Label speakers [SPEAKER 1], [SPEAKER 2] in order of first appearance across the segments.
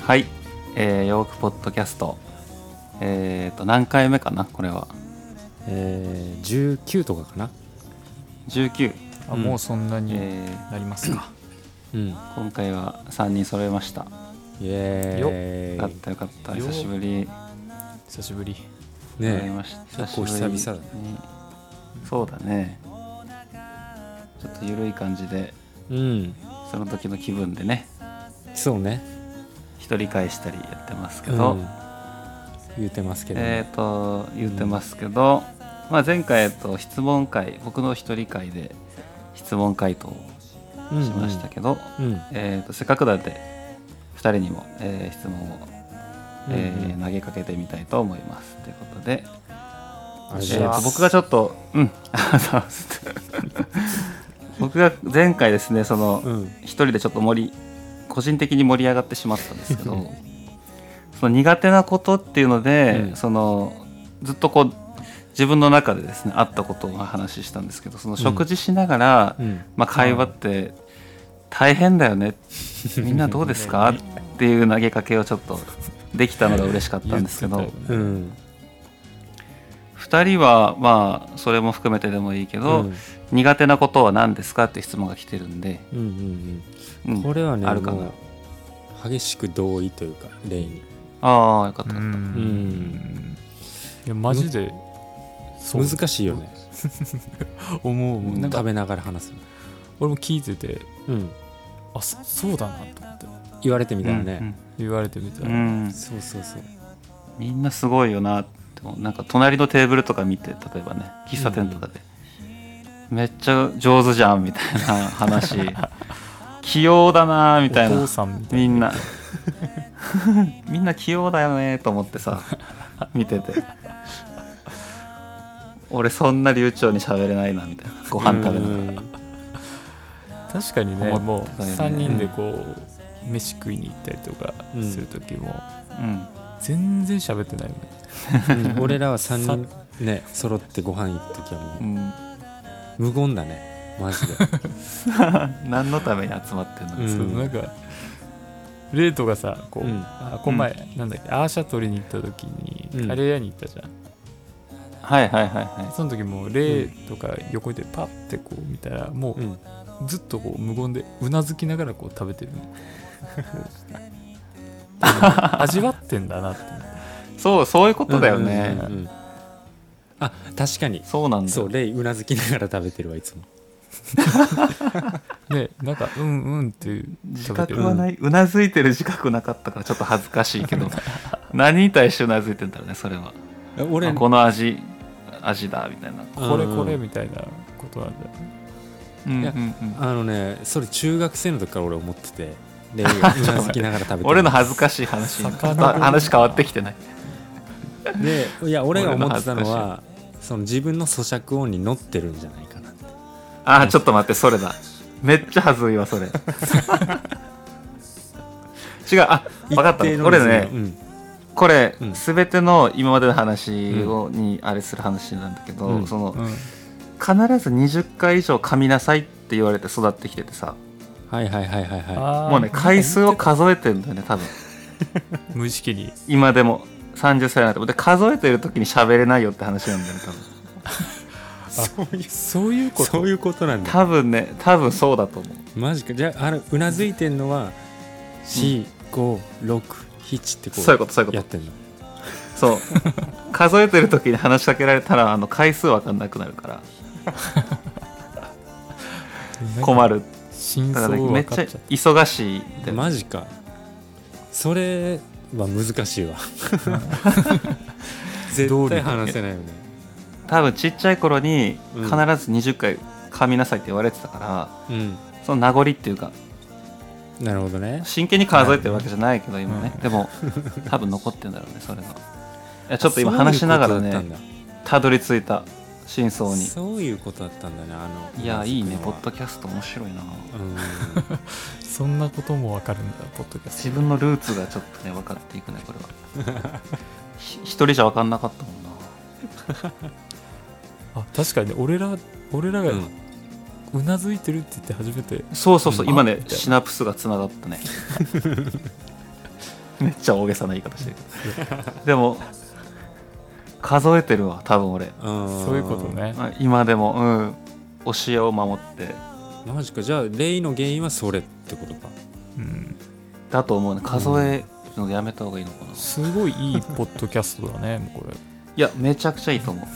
[SPEAKER 1] はい、えー、ヨークポッドキャストえっ、と何回目かなこれは
[SPEAKER 2] えー、19とかかな、
[SPEAKER 1] 19、
[SPEAKER 3] あ、
[SPEAKER 2] うん
[SPEAKER 3] もうそんな
[SPEAKER 1] え
[SPEAKER 3] に
[SPEAKER 1] ー
[SPEAKER 3] なりますか、
[SPEAKER 2] うん、イ
[SPEAKER 1] 今回は3人揃えました
[SPEAKER 2] エ
[SPEAKER 1] よかっ
[SPEAKER 2] ーイ
[SPEAKER 1] たよかった
[SPEAKER 3] よ
[SPEAKER 1] 久しぶり
[SPEAKER 3] 久しぶり
[SPEAKER 1] 揃え
[SPEAKER 2] ね
[SPEAKER 1] ました、
[SPEAKER 2] 結構久々だね
[SPEAKER 1] しぶりにそうだねちょっと緩い感じで
[SPEAKER 2] えうん
[SPEAKER 1] その時の気分でね
[SPEAKER 2] そうね
[SPEAKER 1] 一人会したりやってますけ
[SPEAKER 2] う
[SPEAKER 1] ど、
[SPEAKER 2] ん言うてますけど、
[SPEAKER 1] えっ、と言ってますけど、まあ、前回えっと質問会僕の一人会で質問回答を
[SPEAKER 2] うん
[SPEAKER 1] しましたけど、
[SPEAKER 2] うんうん
[SPEAKER 1] えー、とせっかくなんで2人にも、えー質問を、えー
[SPEAKER 2] うん
[SPEAKER 1] 投げかけてみたいと思いますということで、
[SPEAKER 2] あ
[SPEAKER 1] え
[SPEAKER 2] れだ
[SPEAKER 1] ー
[SPEAKER 3] し
[SPEAKER 1] と
[SPEAKER 3] ます
[SPEAKER 1] 僕がちょっとうん あそう僕が前回ですねその、
[SPEAKER 2] うん
[SPEAKER 1] 一人でちょっと盛り個人的に盛り上がってしまったんですけどその苦手なことっていうので、
[SPEAKER 2] うん
[SPEAKER 1] そのずっとこう自分の中でですねあったことをお話ししたんですけどその食事しながら、
[SPEAKER 2] うん
[SPEAKER 1] まあ、会話って大変だよね、みんなどうです かっていう投げかけをちょっとできたのが嬉しかったんですけど
[SPEAKER 3] 言ってた
[SPEAKER 2] う
[SPEAKER 3] よね
[SPEAKER 2] ん
[SPEAKER 1] 2人はまあそれも含めてでもいいけど、
[SPEAKER 2] うん
[SPEAKER 1] 苦手なことは何ですかっていう質問が来てるんで、
[SPEAKER 2] うんうん
[SPEAKER 1] う
[SPEAKER 2] うん
[SPEAKER 1] ん
[SPEAKER 2] これはね
[SPEAKER 1] あるかな
[SPEAKER 2] もう激しく同意というか例に
[SPEAKER 1] ああよかっ
[SPEAKER 3] う
[SPEAKER 1] た、
[SPEAKER 3] んいやマジでそう
[SPEAKER 2] 難しいよね
[SPEAKER 3] 思う思うなん
[SPEAKER 2] 食
[SPEAKER 3] か
[SPEAKER 2] べながら話す
[SPEAKER 3] 俺も聞いてて
[SPEAKER 2] の、うん、
[SPEAKER 3] あそそうだなと思って
[SPEAKER 2] 言われてみた
[SPEAKER 1] う
[SPEAKER 2] ら
[SPEAKER 1] ん
[SPEAKER 2] ね、
[SPEAKER 3] 言われてみた
[SPEAKER 1] う
[SPEAKER 3] ら、
[SPEAKER 1] んうん
[SPEAKER 2] そうそうそう
[SPEAKER 1] みんなすごいよなって思うなんか隣のテーブルとか見て例えばね喫茶店とかで、めっちゃ上手じゃんみたいな 話器用だなみたい
[SPEAKER 3] お
[SPEAKER 1] な
[SPEAKER 3] 父さんみたい
[SPEAKER 1] みんな みんな器用だよねと思ってさ 見てて俺そんな流暢に喋れないなみたいなご飯食べながら
[SPEAKER 3] な確かにね
[SPEAKER 1] 思ってたよね
[SPEAKER 3] もう3人でこう、飯食いに行ったりとか
[SPEAKER 2] うん
[SPEAKER 3] する時も、
[SPEAKER 1] うん
[SPEAKER 3] 全然喋ってないよね
[SPEAKER 2] うん俺らは3人ね揃ってご飯行く時は
[SPEAKER 1] う
[SPEAKER 2] も
[SPEAKER 1] ん
[SPEAKER 2] う無言だねマジで
[SPEAKER 1] 何のために集まってんの、
[SPEAKER 2] うん
[SPEAKER 3] そうなんかレイトがさこう、
[SPEAKER 2] うん
[SPEAKER 3] あこの前、なんだっけアーシャ取りに行った時に、
[SPEAKER 2] うん
[SPEAKER 3] カレー屋に行ったじゃん
[SPEAKER 1] はいはいはいは
[SPEAKER 3] その時もレイとか横にいてパッてこう見たらも
[SPEAKER 2] うん
[SPEAKER 3] うずっとこう無言でうなずきながらこう食べてるね味わってんだなって
[SPEAKER 1] いそうそういうことだよね、
[SPEAKER 2] うんうんうんあ確かに
[SPEAKER 1] そうなんだ
[SPEAKER 2] そ
[SPEAKER 1] よ
[SPEAKER 2] うレイうなずきながら食べてるわいつも
[SPEAKER 3] でなんかうんうんって
[SPEAKER 1] 自
[SPEAKER 3] 食べ
[SPEAKER 1] 覚
[SPEAKER 3] てる
[SPEAKER 1] はない、うなずいてる自覚なかったからちょっと恥ずかしいけど何に対してうなずいてんだろうねそれは
[SPEAKER 2] え俺
[SPEAKER 1] あこの味味だみたいな
[SPEAKER 3] これこれ
[SPEAKER 2] うん
[SPEAKER 3] みたいなことなんだよね
[SPEAKER 1] うんうん
[SPEAKER 2] や
[SPEAKER 1] うん
[SPEAKER 2] あのねそれ中学生の時から俺思っててレイがうなずきながら食べてる
[SPEAKER 1] 俺の恥ずかしい話に
[SPEAKER 3] 遡る
[SPEAKER 1] 話変わってきてない
[SPEAKER 2] でいや俺が思ってた
[SPEAKER 1] 俺
[SPEAKER 2] の
[SPEAKER 1] の
[SPEAKER 2] はその自分の咀嚼音に乗ってるんじゃないかなって
[SPEAKER 1] あーちょっと待ってそれだめっちゃ恥ずいわそ れ違うあ分かった
[SPEAKER 2] 一定の
[SPEAKER 1] 俺
[SPEAKER 2] リズム
[SPEAKER 1] ね
[SPEAKER 2] うん
[SPEAKER 1] これ、
[SPEAKER 2] うん
[SPEAKER 1] 全ての今までの話を、にあれする話なんだけど、
[SPEAKER 2] うん
[SPEAKER 1] その、
[SPEAKER 3] うん
[SPEAKER 1] 必ず20回以上噛みなさいって言われて育ってきててさ
[SPEAKER 2] はいはいはいはいは
[SPEAKER 3] あー
[SPEAKER 1] もうね回数を数えてんだよね多分
[SPEAKER 3] 無意識に
[SPEAKER 1] 今でも30歳になってもで数えてる時に喋れないよって話なんだよね多分
[SPEAKER 2] いそういう
[SPEAKER 3] そういうこと
[SPEAKER 2] そういうことなんだ
[SPEAKER 1] 多分ね多分そうだと思う
[SPEAKER 2] マジかじゃああのうなずいてんのは4567ってこう
[SPEAKER 1] そういうことそういうこと
[SPEAKER 2] やってんの
[SPEAKER 1] そう 数えてる時に話しかけられたらあの回数わかんなくなるから困る
[SPEAKER 3] 真
[SPEAKER 1] だか
[SPEAKER 3] 相
[SPEAKER 1] ら、
[SPEAKER 3] を
[SPEAKER 1] めっ
[SPEAKER 3] 分
[SPEAKER 1] ち
[SPEAKER 3] か
[SPEAKER 1] ゃ
[SPEAKER 3] っちゃっ
[SPEAKER 1] 忙しいんだよ
[SPEAKER 2] マジかそれは難しいわ 絶対話せないよね
[SPEAKER 1] 多分ちっちゃい頃に
[SPEAKER 2] うん
[SPEAKER 1] 必ず20回噛みなさいって言われてたから、
[SPEAKER 2] うん
[SPEAKER 1] その名残っていうか
[SPEAKER 2] なるほどね
[SPEAKER 1] 真剣に数えてるわけじゃないけど今ね、でも多分残ってんだろうねそれがいやちょっと今話しながらねたどり着いた真相に
[SPEAKER 2] そういうことだったんだそういうことだったんだねあの
[SPEAKER 1] いやいいねポッド
[SPEAKER 2] キ
[SPEAKER 1] キャスト面白いな
[SPEAKER 2] ャ
[SPEAKER 3] たそんなことも分かるんだポッドキャス
[SPEAKER 1] 自分のルーツがちょっとね分かっていくねこれはひ一人じゃ分かんなかったもんな
[SPEAKER 3] トあ確かにね俺ら俺らが
[SPEAKER 2] うん
[SPEAKER 3] うなずいてるって言って初めて
[SPEAKER 1] そうそうそう、
[SPEAKER 3] うん
[SPEAKER 1] 今
[SPEAKER 3] あみ
[SPEAKER 1] ね
[SPEAKER 3] たいな
[SPEAKER 1] シナプスがつながったねめっちゃ大げさな言い方してるけどでも数えてるわ多分俺、
[SPEAKER 3] そういうことね
[SPEAKER 1] まあ今でもうん教えを守って
[SPEAKER 2] マジかじゃあレイの原因はそれってことか
[SPEAKER 3] うん
[SPEAKER 1] だと思うね数えるのやめた方がいいのかな、い
[SPEAKER 3] すごいいいポッドキャストだねもうこれ
[SPEAKER 1] やめちゃくちゃいいと思う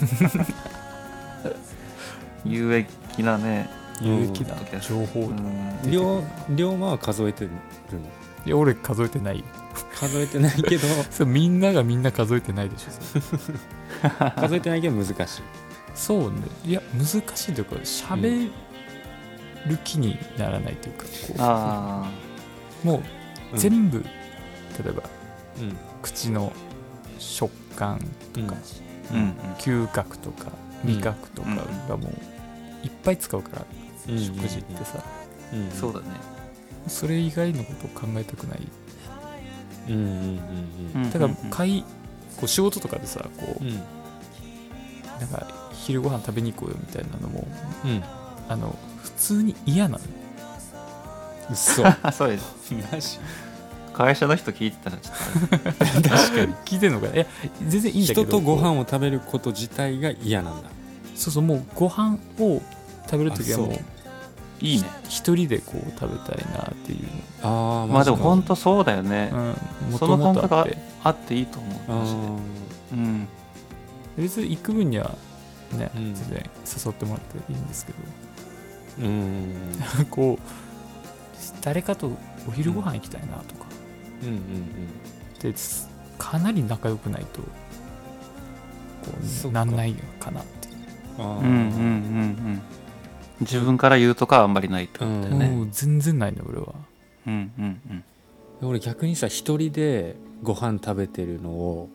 [SPEAKER 1] 有益なね
[SPEAKER 3] 有益な
[SPEAKER 1] ポッドキャスト
[SPEAKER 3] 情報、
[SPEAKER 1] う
[SPEAKER 3] い
[SPEAKER 1] ん
[SPEAKER 2] 龍馬は数えてるの
[SPEAKER 3] や俺数えてないよ
[SPEAKER 2] 数えてない けど
[SPEAKER 3] それみんながみんな数えてないでしょそれ
[SPEAKER 2] 数えてないけど難しい
[SPEAKER 3] そうねいや難しいというか喋る気にならないというか、こ
[SPEAKER 1] あ
[SPEAKER 3] うも
[SPEAKER 2] う
[SPEAKER 3] うん全部、例えば
[SPEAKER 2] うん
[SPEAKER 3] 口の食感とか、
[SPEAKER 1] あうん
[SPEAKER 3] 嗅覚とか
[SPEAKER 2] うん
[SPEAKER 3] 味覚とかがもういっぱい使うから、
[SPEAKER 2] うん
[SPEAKER 3] 食事ってさ、
[SPEAKER 2] うん
[SPEAKER 1] そうだね
[SPEAKER 3] それ以外のことを考えたくない
[SPEAKER 2] うんうんうん
[SPEAKER 3] だから
[SPEAKER 1] うん
[SPEAKER 3] 会こう仕事とかでさこう、
[SPEAKER 2] うん
[SPEAKER 3] なんか昼ご飯食べに行こうよみたいなのも
[SPEAKER 2] うんうん
[SPEAKER 3] あの普通に嫌なの
[SPEAKER 2] う そ
[SPEAKER 1] あそうです
[SPEAKER 2] マジ
[SPEAKER 1] 会社の人聞いてたらちょっ
[SPEAKER 3] 確かに聞いてんのかないや全然いいんだけど
[SPEAKER 2] 人とご
[SPEAKER 3] こ
[SPEAKER 2] 飯を食べること自体が嫌なんだ
[SPEAKER 3] うそうそうもうご飯を食べる時はもう
[SPEAKER 2] あそう
[SPEAKER 1] といいね
[SPEAKER 3] 一人でこう食べたいなっていう
[SPEAKER 2] ああ
[SPEAKER 1] まあでも
[SPEAKER 2] ほん
[SPEAKER 1] 本当そうだよね、
[SPEAKER 3] の、うん、
[SPEAKER 1] そ
[SPEAKER 3] も
[SPEAKER 1] の
[SPEAKER 3] とも
[SPEAKER 1] 感
[SPEAKER 3] と
[SPEAKER 1] 覚
[SPEAKER 3] あ
[SPEAKER 1] は
[SPEAKER 3] って
[SPEAKER 1] あっていいと思うマジでうん
[SPEAKER 3] 別に行く分にはね、
[SPEAKER 2] うん
[SPEAKER 3] 全然誘ってもらっていいんですけど
[SPEAKER 2] うん
[SPEAKER 3] こう誰かとお昼ご飯行きたいなとか、
[SPEAKER 2] うんうん
[SPEAKER 3] でつかなり仲良くないとこ
[SPEAKER 2] そうっ
[SPEAKER 3] な
[SPEAKER 2] か
[SPEAKER 3] んないのかなっていう
[SPEAKER 2] うんあ
[SPEAKER 1] うんう
[SPEAKER 2] ー
[SPEAKER 1] んうんうん自分から言うとかはあんまりないってことだよね
[SPEAKER 3] もう全然ないね俺は
[SPEAKER 1] うんうんうん
[SPEAKER 2] 俺逆にさ一人でご飯食べてるのを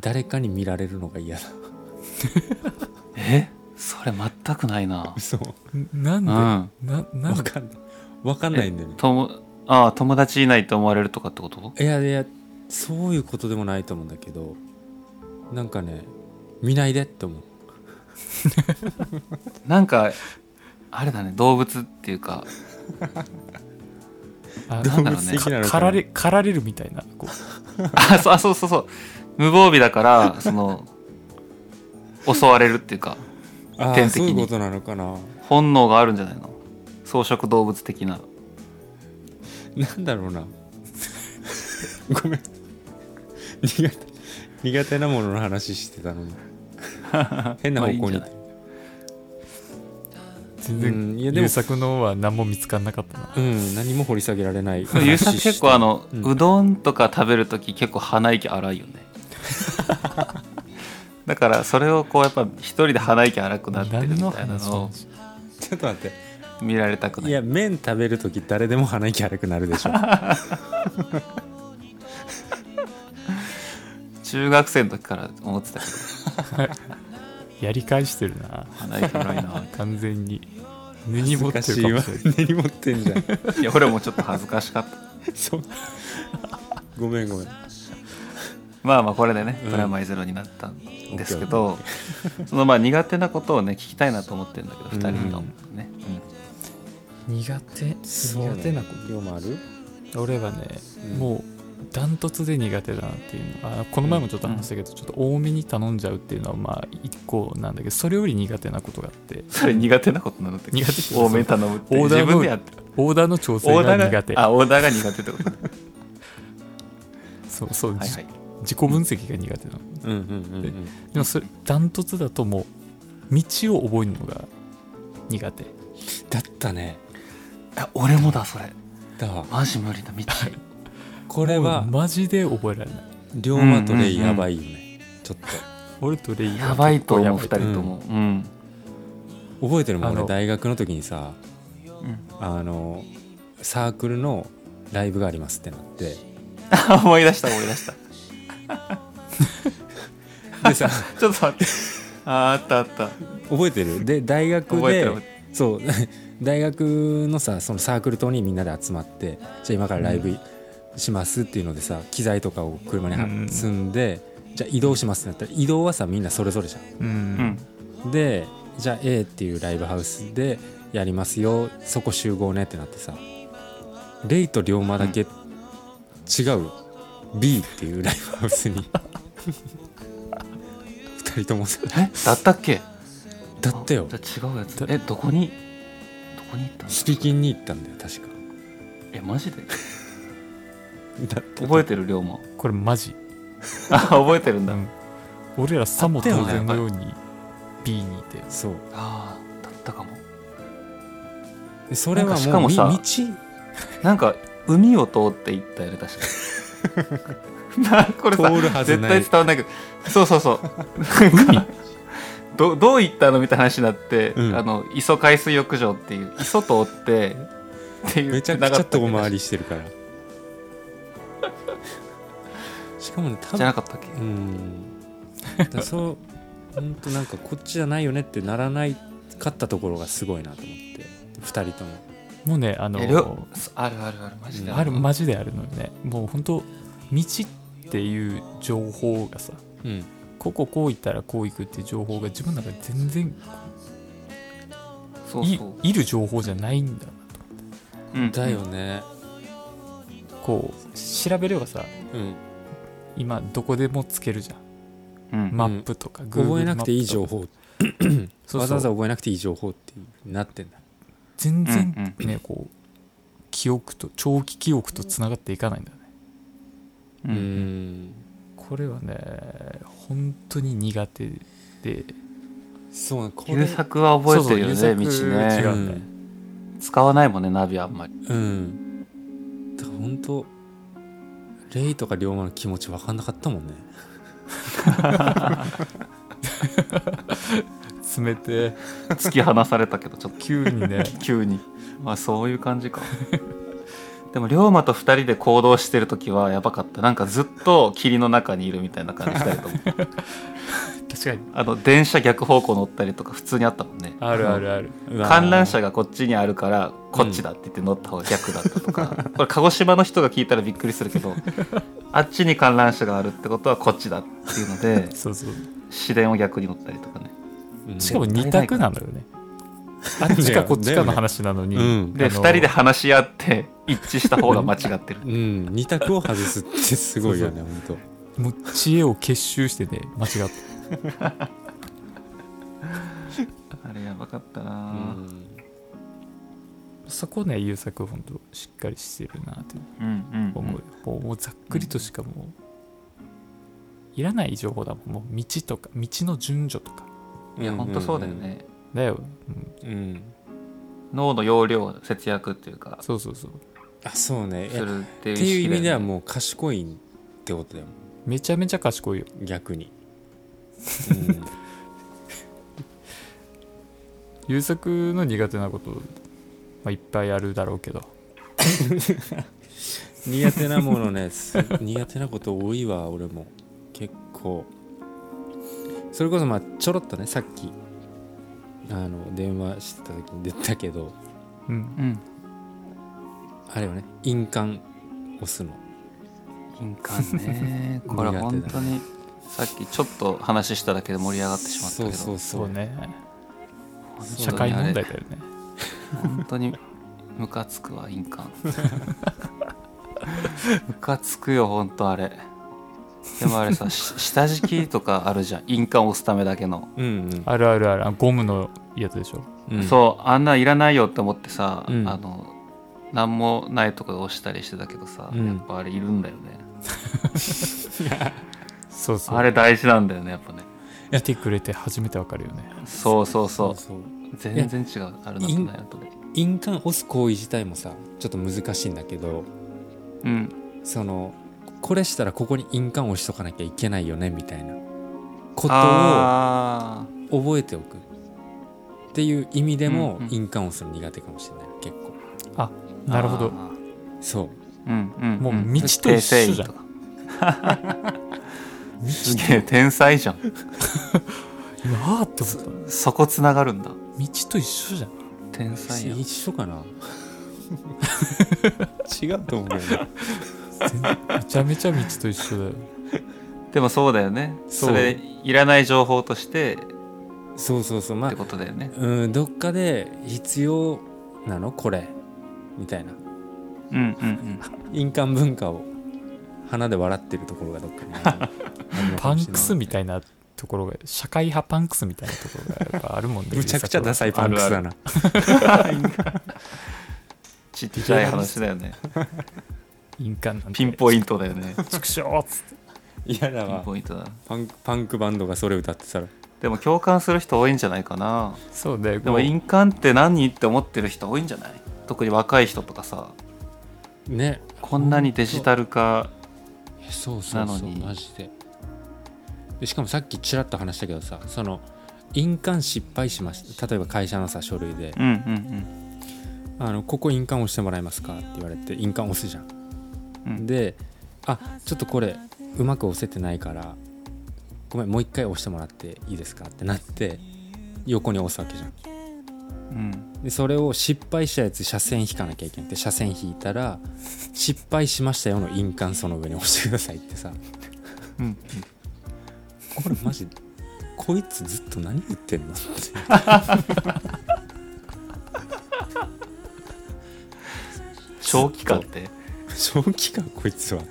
[SPEAKER 2] 誰かに見られるのが嫌だ
[SPEAKER 1] えそれ全くないな
[SPEAKER 2] 嘘
[SPEAKER 3] なんで、
[SPEAKER 1] うん
[SPEAKER 3] ななん
[SPEAKER 2] わ
[SPEAKER 3] で
[SPEAKER 2] かんないわかんないんだよね
[SPEAKER 1] ともああ友達いないと思われるとかってこと
[SPEAKER 2] いやいやそういうことでもないと思うんだけどなんかね見ないでって思う
[SPEAKER 1] なんかあれだね動物っていうか
[SPEAKER 3] あ
[SPEAKER 1] 動物
[SPEAKER 3] なんだろうね
[SPEAKER 1] 的
[SPEAKER 2] なのかな
[SPEAKER 3] かかられかられるみたいなこ
[SPEAKER 1] あそうあそうそうそう無防備だからその襲われるっていうか
[SPEAKER 2] あ
[SPEAKER 1] 天
[SPEAKER 2] あ
[SPEAKER 1] 敵
[SPEAKER 2] そう
[SPEAKER 1] に
[SPEAKER 2] いうことなのかな
[SPEAKER 1] 本能があるんじゃないの草食動物的な
[SPEAKER 2] なんだろうなごめん苦手苦手なものの話してたのに変な方向
[SPEAKER 1] まあい
[SPEAKER 2] に、
[SPEAKER 1] いんじゃないう
[SPEAKER 3] 全
[SPEAKER 2] うん
[SPEAKER 3] 然
[SPEAKER 2] いやでも
[SPEAKER 3] 優作のは何も見つからなかったな
[SPEAKER 2] うん何も掘り下げられない
[SPEAKER 1] ゆうさん結構あ
[SPEAKER 2] の
[SPEAKER 1] の、う
[SPEAKER 2] うん
[SPEAKER 1] どんとか食べるとき結構鼻息荒い よねだからそれをこうやっぱ一人で鼻息荒くなってるみたいなのを
[SPEAKER 3] 話
[SPEAKER 2] ちょっと待っ
[SPEAKER 1] 見られたく
[SPEAKER 2] て
[SPEAKER 1] ないい
[SPEAKER 2] や麺食べる時誰でも鼻息荒くなるでしょ
[SPEAKER 1] 中学生の時から思ってたけど
[SPEAKER 3] やり返してるな
[SPEAKER 1] 鼻息 荒いな
[SPEAKER 3] 完全に根に持ってるかもし
[SPEAKER 2] 恥
[SPEAKER 3] れ
[SPEAKER 2] ずかし
[SPEAKER 3] ない
[SPEAKER 2] いわ根に持ってんじゃん
[SPEAKER 1] いや俺もちょっと恥ずかしかった
[SPEAKER 2] そうごめんごめん
[SPEAKER 1] まあまあこれでね
[SPEAKER 2] うん
[SPEAKER 1] プラマイゼロになったんですけど、そのまあ苦手なことをね聞きたいなと思ってるんだけど、
[SPEAKER 2] うん
[SPEAKER 1] 二人のね、
[SPEAKER 3] 苦手苦手なこ
[SPEAKER 2] 量もある
[SPEAKER 3] と俺はね、
[SPEAKER 2] うん
[SPEAKER 3] もうダントツで苦手だなっていうのがあこの前もちょっと話したけど、ちょっと多めに頼んじゃうっていうのはまあ一個なんだけどそれより苦手なことがあって
[SPEAKER 1] それ苦手なことなのって
[SPEAKER 3] 苦手って
[SPEAKER 1] 多めに頼むって
[SPEAKER 3] オーダーの
[SPEAKER 1] 自分でやって
[SPEAKER 3] オーダーの調整
[SPEAKER 1] オーダ
[SPEAKER 3] が
[SPEAKER 1] ーが
[SPEAKER 3] 苦手
[SPEAKER 1] あオーダーが苦手ってことね
[SPEAKER 3] そうそう、
[SPEAKER 1] はい
[SPEAKER 3] じ
[SPEAKER 1] はい
[SPEAKER 3] 自己分析が苦手なの
[SPEAKER 2] うんうんうんうん
[SPEAKER 3] でもそれダントツだともう道を覚えるのが苦手
[SPEAKER 2] だったね
[SPEAKER 1] あ俺もだそれ
[SPEAKER 2] だわ
[SPEAKER 1] マジ無理だ道
[SPEAKER 2] これは
[SPEAKER 3] もうマジで覚えられない
[SPEAKER 2] 龍馬とレイやばいよね、ちょっ
[SPEAKER 3] 俺とレイが
[SPEAKER 1] やばいと思う二
[SPEAKER 3] 結
[SPEAKER 1] 人
[SPEAKER 3] 構やばい
[SPEAKER 1] ともうん、
[SPEAKER 2] と覚えてるも
[SPEAKER 3] あ
[SPEAKER 2] ん
[SPEAKER 3] の
[SPEAKER 2] 俺大学の時にさ
[SPEAKER 1] うん
[SPEAKER 2] あのサークルのライブがありますってなって
[SPEAKER 1] あ思い出した思い出した
[SPEAKER 2] でさ
[SPEAKER 1] ちょっと待ってああったあった
[SPEAKER 2] 覚えてるで大学
[SPEAKER 1] 覚えて
[SPEAKER 2] で
[SPEAKER 1] る覚え
[SPEAKER 2] そう 大学のさそのサークル棟にみんなで集まってじゃあ今からライブしますっていうのでさ機材とかを車には
[SPEAKER 3] うん
[SPEAKER 2] 積んで、じゃあ移動しますってなったら移動はさみんなそれぞれじゃん
[SPEAKER 3] うん、
[SPEAKER 1] うん
[SPEAKER 2] でじゃあ A っていうライブハウスでやりますよそこ集合ねってなってさレイと龍馬だけ違違う B っていうライブハウスに 二人ともさ
[SPEAKER 1] えだったっけ
[SPEAKER 2] だったよ
[SPEAKER 1] あじゃあ違うやつえどこにどこに行ったの
[SPEAKER 2] スピキンに行ったんだよ確か
[SPEAKER 1] えマジで
[SPEAKER 2] だって
[SPEAKER 1] 覚えてる龍馬
[SPEAKER 3] これマジ、
[SPEAKER 1] あ覚えてるん
[SPEAKER 3] う
[SPEAKER 1] だ、
[SPEAKER 3] ん、俺らさも当
[SPEAKER 2] あったよ
[SPEAKER 3] 然
[SPEAKER 1] ね
[SPEAKER 3] のように B にいて
[SPEAKER 2] そう
[SPEAKER 1] ああだったかも
[SPEAKER 2] でそれは
[SPEAKER 1] なんかし
[SPEAKER 2] も
[SPEAKER 1] か
[SPEAKER 2] う
[SPEAKER 1] も
[SPEAKER 2] み
[SPEAKER 1] さ
[SPEAKER 2] 道
[SPEAKER 1] なんか海を通って行ったよね確 かなこれさ
[SPEAKER 2] 通るはず
[SPEAKER 1] 絶
[SPEAKER 2] ない
[SPEAKER 1] 対伝わんないけどそうそうそうなんか どどう行ったのみたいな話になって、
[SPEAKER 2] うん
[SPEAKER 1] あの磯海水浴場っていう磯通ってっていう
[SPEAKER 2] めちゃくちゃ遠回
[SPEAKER 1] り
[SPEAKER 2] りしてる からしかもね多
[SPEAKER 1] じゃ
[SPEAKER 2] 分
[SPEAKER 1] なかったっけ
[SPEAKER 2] うんだからそう本当なんかこっちじゃないよねってならないかったところがすごいなと思って二人とも
[SPEAKER 3] もうねあの
[SPEAKER 1] えりょあるあるあるマジで
[SPEAKER 3] ある
[SPEAKER 1] マ
[SPEAKER 3] マジであるのよねもう本当道っていう情報がさ
[SPEAKER 2] うん
[SPEAKER 3] こここう行ったらこう行くっていう情報が自分の中で全然
[SPEAKER 1] そう
[SPEAKER 3] い
[SPEAKER 1] そう
[SPEAKER 3] いる情報じゃないんだな
[SPEAKER 1] うん
[SPEAKER 2] だよね
[SPEAKER 3] こう調べればさ
[SPEAKER 2] うん
[SPEAKER 3] 今どこでもつけるじゃ
[SPEAKER 1] うん
[SPEAKER 3] んマップとか、
[SPEAKER 2] 覚えなくていい
[SPEAKER 3] Google マ
[SPEAKER 2] 情
[SPEAKER 3] ップとか
[SPEAKER 2] 報
[SPEAKER 3] そうそう
[SPEAKER 2] わざわざ覚えなくていい情報ってなってんだ
[SPEAKER 3] 全然
[SPEAKER 1] うん
[SPEAKER 3] ね、こう記憶と長期記憶とつながっていかないんだよね
[SPEAKER 1] う
[SPEAKER 2] うんん
[SPEAKER 3] これはね本当に苦手で
[SPEAKER 2] そうこ
[SPEAKER 1] 旧
[SPEAKER 2] れ
[SPEAKER 1] 作は覚えてるよね
[SPEAKER 3] そうそう旧
[SPEAKER 1] 道
[SPEAKER 3] 作
[SPEAKER 1] ね
[SPEAKER 3] 違
[SPEAKER 2] う
[SPEAKER 3] うんだよ
[SPEAKER 2] ん
[SPEAKER 1] 使わないもんねナビあんまり
[SPEAKER 2] うんだから本当レイとか龍馬の気持ち分かんなかったもんね
[SPEAKER 3] 冷てえ
[SPEAKER 1] 突き放されたけどちょっと
[SPEAKER 3] 急に ね
[SPEAKER 1] 急にまあそういう感じか でも龍馬と2人で行動してる時はやばかったなんかずっと霧の中にいるみたいな感じ2人とも
[SPEAKER 3] 確かに
[SPEAKER 1] あの電車逆方向乗ったりとか普通にあったもんね
[SPEAKER 3] あるあるある
[SPEAKER 1] 観覧車がこっちにあるからこっちだって言って乗った方が逆だったと か、これ鹿児島の人が聞いたらびっくりするけどあっちに観覧車があるってことはこっちだっていうので
[SPEAKER 3] そうそう
[SPEAKER 1] 市電を逆に乗ったりとかね
[SPEAKER 2] うん
[SPEAKER 3] しかも2択なのよねあっちかこっちかの話なのに、
[SPEAKER 2] だよねうん
[SPEAKER 1] で
[SPEAKER 3] あ
[SPEAKER 1] 2
[SPEAKER 3] の
[SPEAKER 1] 人で話し合って一致した方が間違ってる
[SPEAKER 2] うん二択を外すってすごいよね本
[SPEAKER 3] もう知恵を結集してね間違って
[SPEAKER 1] あれやばかった
[SPEAKER 2] 当
[SPEAKER 1] な
[SPEAKER 3] そこね優作本当しっかりしてるなって
[SPEAKER 1] うんうん
[SPEAKER 3] 思う,、もうもうざっくりとしかもう、いらない情報だもんもう道とか道の順序とか
[SPEAKER 1] いや本当そうだよね、
[SPEAKER 3] だよ、うん、
[SPEAKER 2] うん
[SPEAKER 1] 脳の容量を節約っていうか
[SPEAKER 3] そうそうそう
[SPEAKER 2] あそうね
[SPEAKER 1] す
[SPEAKER 2] えっ
[SPEAKER 1] るっていう
[SPEAKER 2] て
[SPEAKER 1] 意
[SPEAKER 2] いう意
[SPEAKER 1] 識
[SPEAKER 2] 味で
[SPEAKER 1] だよ
[SPEAKER 2] は
[SPEAKER 1] ね
[SPEAKER 2] もう賢いってことだよ
[SPEAKER 3] めちゃめちゃ賢いよ
[SPEAKER 2] 逆に
[SPEAKER 3] 優作の苦手なこと、まあ、いっぱいあるだろうけど
[SPEAKER 2] 苦手なものねす苦手なこと多いわ俺も結構それこそまあちょろっとねさっきあの電話してた時に出たけど
[SPEAKER 3] うん
[SPEAKER 1] うん
[SPEAKER 2] あれよね印鑑押すの
[SPEAKER 1] 敏感ね これは本当にさっきちょっと話しただけで盛り上がってしまったけ
[SPEAKER 2] そ
[SPEAKER 1] ど
[SPEAKER 2] うそう
[SPEAKER 3] そ
[SPEAKER 2] そうう
[SPEAKER 3] ね
[SPEAKER 1] 本当に
[SPEAKER 3] 社会問題だよね
[SPEAKER 1] あれ本当にムカつくわ印鑑 ムカつくよ本当あれでもあれさし下敷きとかあるじゃん印鑑押すためだけの、
[SPEAKER 2] うん
[SPEAKER 3] あるあるあるあゴムのやつでしょ
[SPEAKER 2] うんうん
[SPEAKER 1] そうあんなんいらないよって思ってさ、
[SPEAKER 2] うん
[SPEAKER 1] あの何もないとこ押したりしてたけどさ、
[SPEAKER 2] うん
[SPEAKER 1] やっぱあれいるんだよね
[SPEAKER 3] そうそう
[SPEAKER 1] あれ大事なんだよねやっぱね
[SPEAKER 3] 見てくれて初めてわかるよね
[SPEAKER 1] そうそうそ
[SPEAKER 2] そう
[SPEAKER 1] う
[SPEAKER 2] そう
[SPEAKER 1] 全然違うあるのとないのとで
[SPEAKER 2] 印鑑押す行為自体もさちょっと難しいんだけど
[SPEAKER 1] うん
[SPEAKER 2] そのこれしたらここに印鑑押しとかなきゃいけないよねみたいなことを
[SPEAKER 1] あー
[SPEAKER 2] 覚えておくっていう意味でも
[SPEAKER 1] うんうん
[SPEAKER 2] 印鑑押すの苦手かもしれない結構
[SPEAKER 3] なるほ
[SPEAKER 1] あ
[SPEAKER 3] ど
[SPEAKER 1] ー
[SPEAKER 2] そう
[SPEAKER 1] うんうん、
[SPEAKER 3] もう
[SPEAKER 1] うん
[SPEAKER 3] 道と一緒じゃん
[SPEAKER 1] 訂正員とかすげえ天才じゃん
[SPEAKER 3] 今あーって思っ
[SPEAKER 1] そこつながるんだ
[SPEAKER 3] た道と一緒じゃん
[SPEAKER 1] 天才や
[SPEAKER 2] 一緒かな違うと思うよね
[SPEAKER 3] めちゃめちゃ道と一緒だよ
[SPEAKER 1] でもそうだよね
[SPEAKER 2] そう
[SPEAKER 1] それいらない情報としてっ
[SPEAKER 2] そうそうそうまあ
[SPEAKER 1] てことだよね
[SPEAKER 2] うんどっかで必要なのこれみたいな
[SPEAKER 1] うんうん
[SPEAKER 2] 印鑑文化を鼻で笑ってるところがどっかにある
[SPEAKER 3] パンクスみたいなところが社会派パンクスみたいなところがやっぱあるもんね
[SPEAKER 2] むちゃくちゃダサいパンクスだな
[SPEAKER 1] ちっちゃい話だよね
[SPEAKER 3] 印鑑なんて
[SPEAKER 1] ピンポイントだよね
[SPEAKER 3] 畜生っつって
[SPEAKER 2] 嫌だ
[SPEAKER 1] ピン
[SPEAKER 2] わ
[SPEAKER 1] ポイントだ
[SPEAKER 2] パンクパンクバンドがそれ歌ってたら
[SPEAKER 1] でも共感する人多いんじゃないかな
[SPEAKER 3] そうね
[SPEAKER 1] でも印鑑って何って思ってる人多いんじゃない特に若い人とかさ
[SPEAKER 2] ね
[SPEAKER 1] こんなにデジタル化
[SPEAKER 2] いやそうそう
[SPEAKER 1] なの
[SPEAKER 2] そう
[SPEAKER 1] に
[SPEAKER 2] マジででしかもさっきちらっと話したけどさその印鑑失敗しました例えば会社のさ書類で
[SPEAKER 1] うんうん
[SPEAKER 2] 「あのここ印鑑押してもらえますか?」って言われて印鑑押すじゃん
[SPEAKER 1] うんうん
[SPEAKER 2] で「あちょっとこれうまく押せてないからごめんもう一回押してもらっていいですか?」ってなって横に押すわけじゃん
[SPEAKER 1] うん
[SPEAKER 2] でそれを失敗したやつ車線引かなきゃいけなくて車線引いたら「失敗しましたよ」の印鑑その上に押してくださいってさ
[SPEAKER 1] うん
[SPEAKER 2] これマジこいつずっと何言ってんのって
[SPEAKER 1] 長期間って
[SPEAKER 2] 正気かこいつは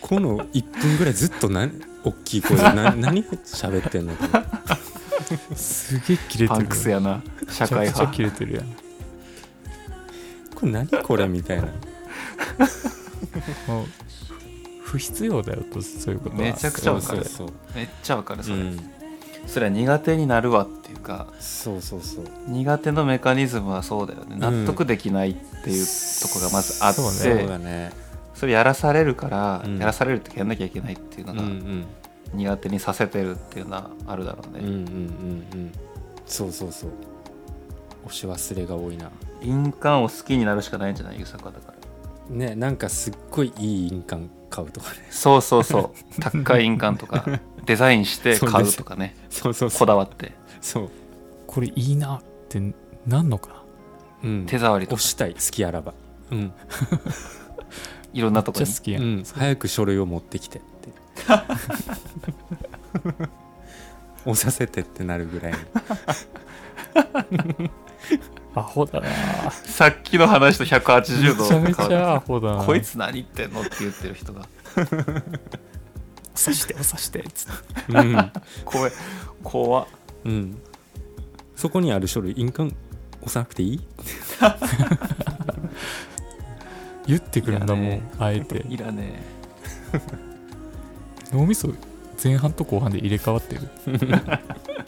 [SPEAKER 2] この1分ぐらいずっとな大きい声でな何喋ってんのか
[SPEAKER 3] すげえ切れて
[SPEAKER 1] パ
[SPEAKER 3] る
[SPEAKER 1] ンクスやな社
[SPEAKER 3] めち
[SPEAKER 1] 会
[SPEAKER 3] ゃくちゃ
[SPEAKER 1] 派
[SPEAKER 3] 切れてるやん
[SPEAKER 2] これ何これみたいな
[SPEAKER 3] もう不必要だよとそういうことは
[SPEAKER 1] めちゃくちゃわかる
[SPEAKER 2] そう
[SPEAKER 1] めっちゃわかるそ
[SPEAKER 2] そう、
[SPEAKER 1] れ、
[SPEAKER 2] うん、
[SPEAKER 1] それは苦手になるわっていうか
[SPEAKER 2] そうそうそう
[SPEAKER 1] 苦手のメカニズムはそうだよね
[SPEAKER 2] ん
[SPEAKER 1] 納得できないっていうとこがまずあって、
[SPEAKER 3] そう
[SPEAKER 2] そうだね
[SPEAKER 1] それやらされるから、
[SPEAKER 2] うん
[SPEAKER 1] やらされる時やんなきゃいけないっていうの
[SPEAKER 2] うん
[SPEAKER 1] が
[SPEAKER 2] うん
[SPEAKER 1] 苦手にさせてるっていうのはあるだろうね、
[SPEAKER 2] うんうんうんうんそうそうそう押し忘れが多いな
[SPEAKER 1] 印鑑を好きになるしかないんじゃないゆさかだから
[SPEAKER 2] ねなんかすっごいいい印鑑買うとかね
[SPEAKER 1] そうそうそう 高い印鑑と かデザインして買うとかね
[SPEAKER 2] そうそう
[SPEAKER 1] こだわって
[SPEAKER 2] そう、
[SPEAKER 3] これいいなってなんのか
[SPEAKER 2] うん、
[SPEAKER 1] 手触りと
[SPEAKER 2] 押
[SPEAKER 1] か
[SPEAKER 2] したい好きあらばうん
[SPEAKER 1] いろんな
[SPEAKER 3] め
[SPEAKER 1] と
[SPEAKER 3] っ
[SPEAKER 1] こ
[SPEAKER 3] ちゃ
[SPEAKER 1] に
[SPEAKER 3] 好きやん、
[SPEAKER 2] うん、早く書類を持ってきてって 押させてってなるぐらいに
[SPEAKER 3] アホだな
[SPEAKER 1] さっきの話と180度
[SPEAKER 3] めちゃめち
[SPEAKER 1] 変わ
[SPEAKER 3] ゃアホだな
[SPEAKER 1] るこいつ何言ってんのって言ってる人が
[SPEAKER 3] 刺して刺してつって
[SPEAKER 2] うん、
[SPEAKER 1] 怖い怖っ
[SPEAKER 2] うん、そこにある書類印鑑押さなくていい
[SPEAKER 3] 言ってくるんだも
[SPEAKER 1] いや
[SPEAKER 3] ん
[SPEAKER 1] ね
[SPEAKER 3] あえて
[SPEAKER 1] いらねえ
[SPEAKER 3] 脳みそ前半と後半で入れ替わってる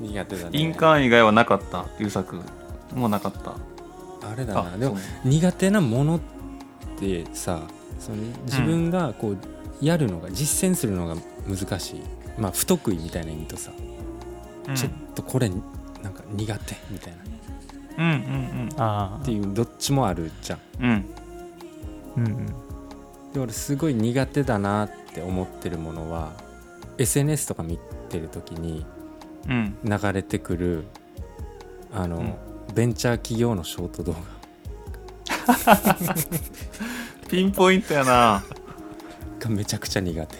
[SPEAKER 2] 苦手だ
[SPEAKER 1] 印鑑以外はなかった優作もうなかった
[SPEAKER 2] あれだなでも
[SPEAKER 1] そう
[SPEAKER 2] 苦手なものってさその自分がこうやるのが、実践するのが難しいまあ不得意みたいな意味とさ、
[SPEAKER 1] うん
[SPEAKER 2] ちょっとこれなんか苦手みたいなっ
[SPEAKER 1] うんうん
[SPEAKER 3] あ
[SPEAKER 2] ていうどっちもあるじゃん
[SPEAKER 1] うんうん
[SPEAKER 3] うんうん
[SPEAKER 2] で俺すごい苦手だなって思ってるものは SNS とか見てる時に
[SPEAKER 1] うん
[SPEAKER 2] 流れてくるあの、
[SPEAKER 1] うん
[SPEAKER 2] ベンチャー企業のショート動画
[SPEAKER 1] ピンポイントやな
[SPEAKER 2] がめちゃくちゃ苦手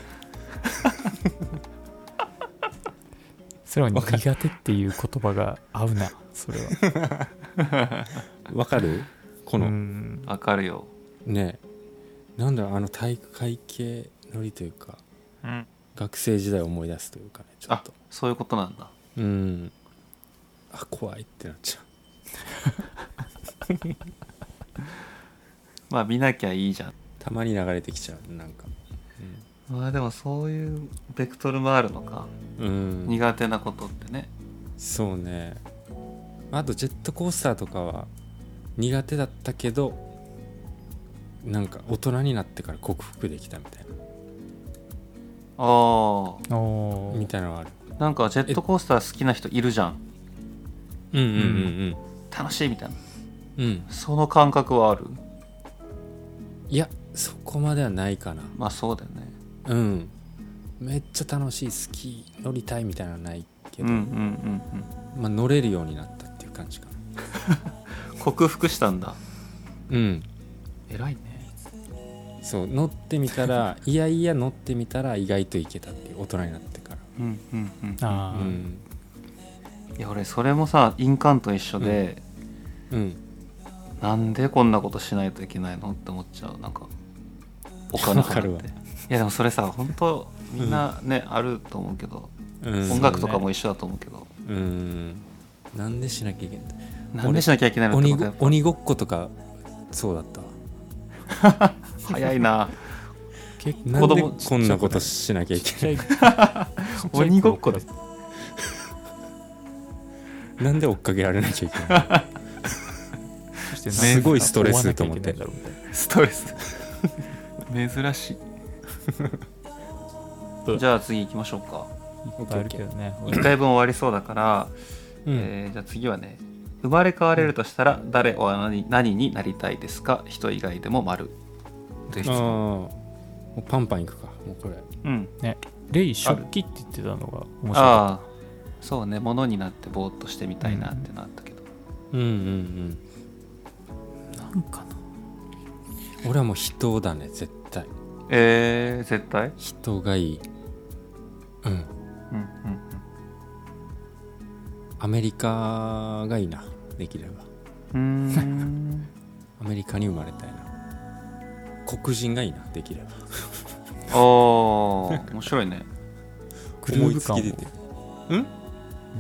[SPEAKER 3] それは苦手っていう言葉が合うなそれは
[SPEAKER 2] わかるこの、
[SPEAKER 3] うん
[SPEAKER 1] わかるよ
[SPEAKER 2] ねなんだろうあの体育会系のりというか
[SPEAKER 1] うん
[SPEAKER 2] 学生時代を思い出すというかねちょっ
[SPEAKER 1] あ
[SPEAKER 2] と
[SPEAKER 1] そういうことなんだ
[SPEAKER 2] うんあ怖いってなっちゃ
[SPEAKER 1] まあ見なきゃいいじゃん
[SPEAKER 2] うたまに流れてきちゃうなんか
[SPEAKER 1] まあでもそういうベクトルもあるのか
[SPEAKER 2] うん、うん
[SPEAKER 1] 苦手なことってね
[SPEAKER 2] そうねあとジェットコースターとかは苦手だったけどなんか大人になってから克服できたみたい
[SPEAKER 1] あ
[SPEAKER 3] お
[SPEAKER 2] なみ
[SPEAKER 3] ー
[SPEAKER 2] たいなのはある
[SPEAKER 1] あなんかジェットコースター好きな人いるじゃん
[SPEAKER 2] うんうん
[SPEAKER 1] 楽しいみたいな
[SPEAKER 2] うんうんうん
[SPEAKER 1] その感覚はある
[SPEAKER 2] いやそこまではないかな
[SPEAKER 1] まあそうだよね
[SPEAKER 2] うんめっちゃ楽しい好き乗りたいみたいなのはないけ
[SPEAKER 1] うん
[SPEAKER 2] ど、
[SPEAKER 1] うんうん
[SPEAKER 2] まあ乗れるようになったっていう感じかな
[SPEAKER 1] うん克服したんだ
[SPEAKER 2] うん
[SPEAKER 1] 偉いね
[SPEAKER 2] そう乗ってみたらいやいや乗ってみたら意外といけたっていう大人になってから
[SPEAKER 1] うんうんうん
[SPEAKER 3] あ
[SPEAKER 2] う
[SPEAKER 3] ー、
[SPEAKER 2] ん
[SPEAKER 1] いや俺それもさ印鑑と一緒で、
[SPEAKER 2] うん
[SPEAKER 1] なんでこんなことしないといけないのって思っちゃうなんかお金払ってい
[SPEAKER 2] わかる
[SPEAKER 1] やでもそれさ本当みんなね、あると思うけど
[SPEAKER 2] うん
[SPEAKER 1] 音楽とかも一緒だと思うけど、
[SPEAKER 2] そうねうんなんでしなきゃいけない
[SPEAKER 1] なんでしなきゃいけないのってこと
[SPEAKER 2] 鬼ご
[SPEAKER 1] やっぱ
[SPEAKER 2] 鬼ごっことかそうだったわ
[SPEAKER 1] 早いな
[SPEAKER 3] 結構
[SPEAKER 2] な
[SPEAKER 1] 子
[SPEAKER 2] ん
[SPEAKER 1] 供
[SPEAKER 2] でこんなことしなきゃい
[SPEAKER 3] ちっ
[SPEAKER 2] け
[SPEAKER 3] ちゃいちっ ちゃい
[SPEAKER 1] 鬼ごっこだ
[SPEAKER 2] ないなんで追っかけられなきゃいけない
[SPEAKER 3] そして
[SPEAKER 2] すごいストレスと思って
[SPEAKER 3] 追わなきゃいけないんだろうみたい
[SPEAKER 1] ストレス珍 しいじゃあ次行きましょうか
[SPEAKER 3] なことあるけどね
[SPEAKER 1] 1回分終わりそうだから、
[SPEAKER 2] うん
[SPEAKER 1] えーじゃあ次はね生まれ変われるとしたら誰は何何になりたいですか人以外でも丸という質
[SPEAKER 2] ああ
[SPEAKER 1] 問
[SPEAKER 2] もうパンパンいくかもうこれ
[SPEAKER 1] うん
[SPEAKER 3] レイ食器って言ってたのが面白かっ
[SPEAKER 1] ああそうね物になってぼーっとしてみたいなってなったけど、
[SPEAKER 2] うんうん
[SPEAKER 3] たなんかな
[SPEAKER 2] うん俺はもう人だね絶対
[SPEAKER 1] えー、絶対
[SPEAKER 2] 人がいいうん
[SPEAKER 1] うんうん
[SPEAKER 2] アメリカがいいなできれば
[SPEAKER 1] うんうーん
[SPEAKER 2] アメリカに生まれたいな黒人がいいなできれば
[SPEAKER 1] ああ面白いね
[SPEAKER 3] グル
[SPEAKER 2] 思
[SPEAKER 3] ーヴ感を
[SPEAKER 2] いつき出て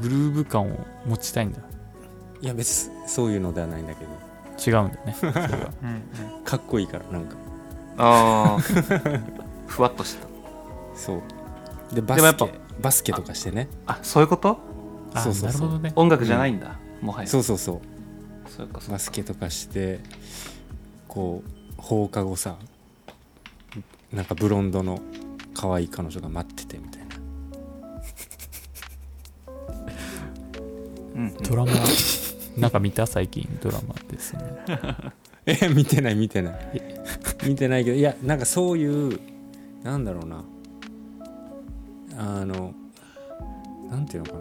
[SPEAKER 3] グルーヴ感を持ちたいんだ
[SPEAKER 2] いや別にそういうのではないんだけど
[SPEAKER 3] 違うんだねそれは
[SPEAKER 1] うん、うん、
[SPEAKER 2] かっこいいからなんか
[SPEAKER 1] ああ ふわっとしてた
[SPEAKER 2] そうでバ
[SPEAKER 1] でもやっ
[SPEAKER 2] ス
[SPEAKER 1] ぱ
[SPEAKER 2] ケバスケとかしてね
[SPEAKER 1] あそういうこと
[SPEAKER 3] あ
[SPEAKER 2] そうそうそう
[SPEAKER 3] なるほどね
[SPEAKER 1] 音楽じゃないんだ、もはや
[SPEAKER 2] そううそうそう
[SPEAKER 1] そうかそう
[SPEAKER 2] バ
[SPEAKER 1] か
[SPEAKER 2] スケとかしてこう放課後さなんかブロンドの可愛い彼女が待っててみたいな
[SPEAKER 1] うんうん
[SPEAKER 3] ドラマなんか見た最近ドラマですね
[SPEAKER 2] え 見てない見てない 見てないけどいやなんかそういうなんだろうなあのなんていうのかな、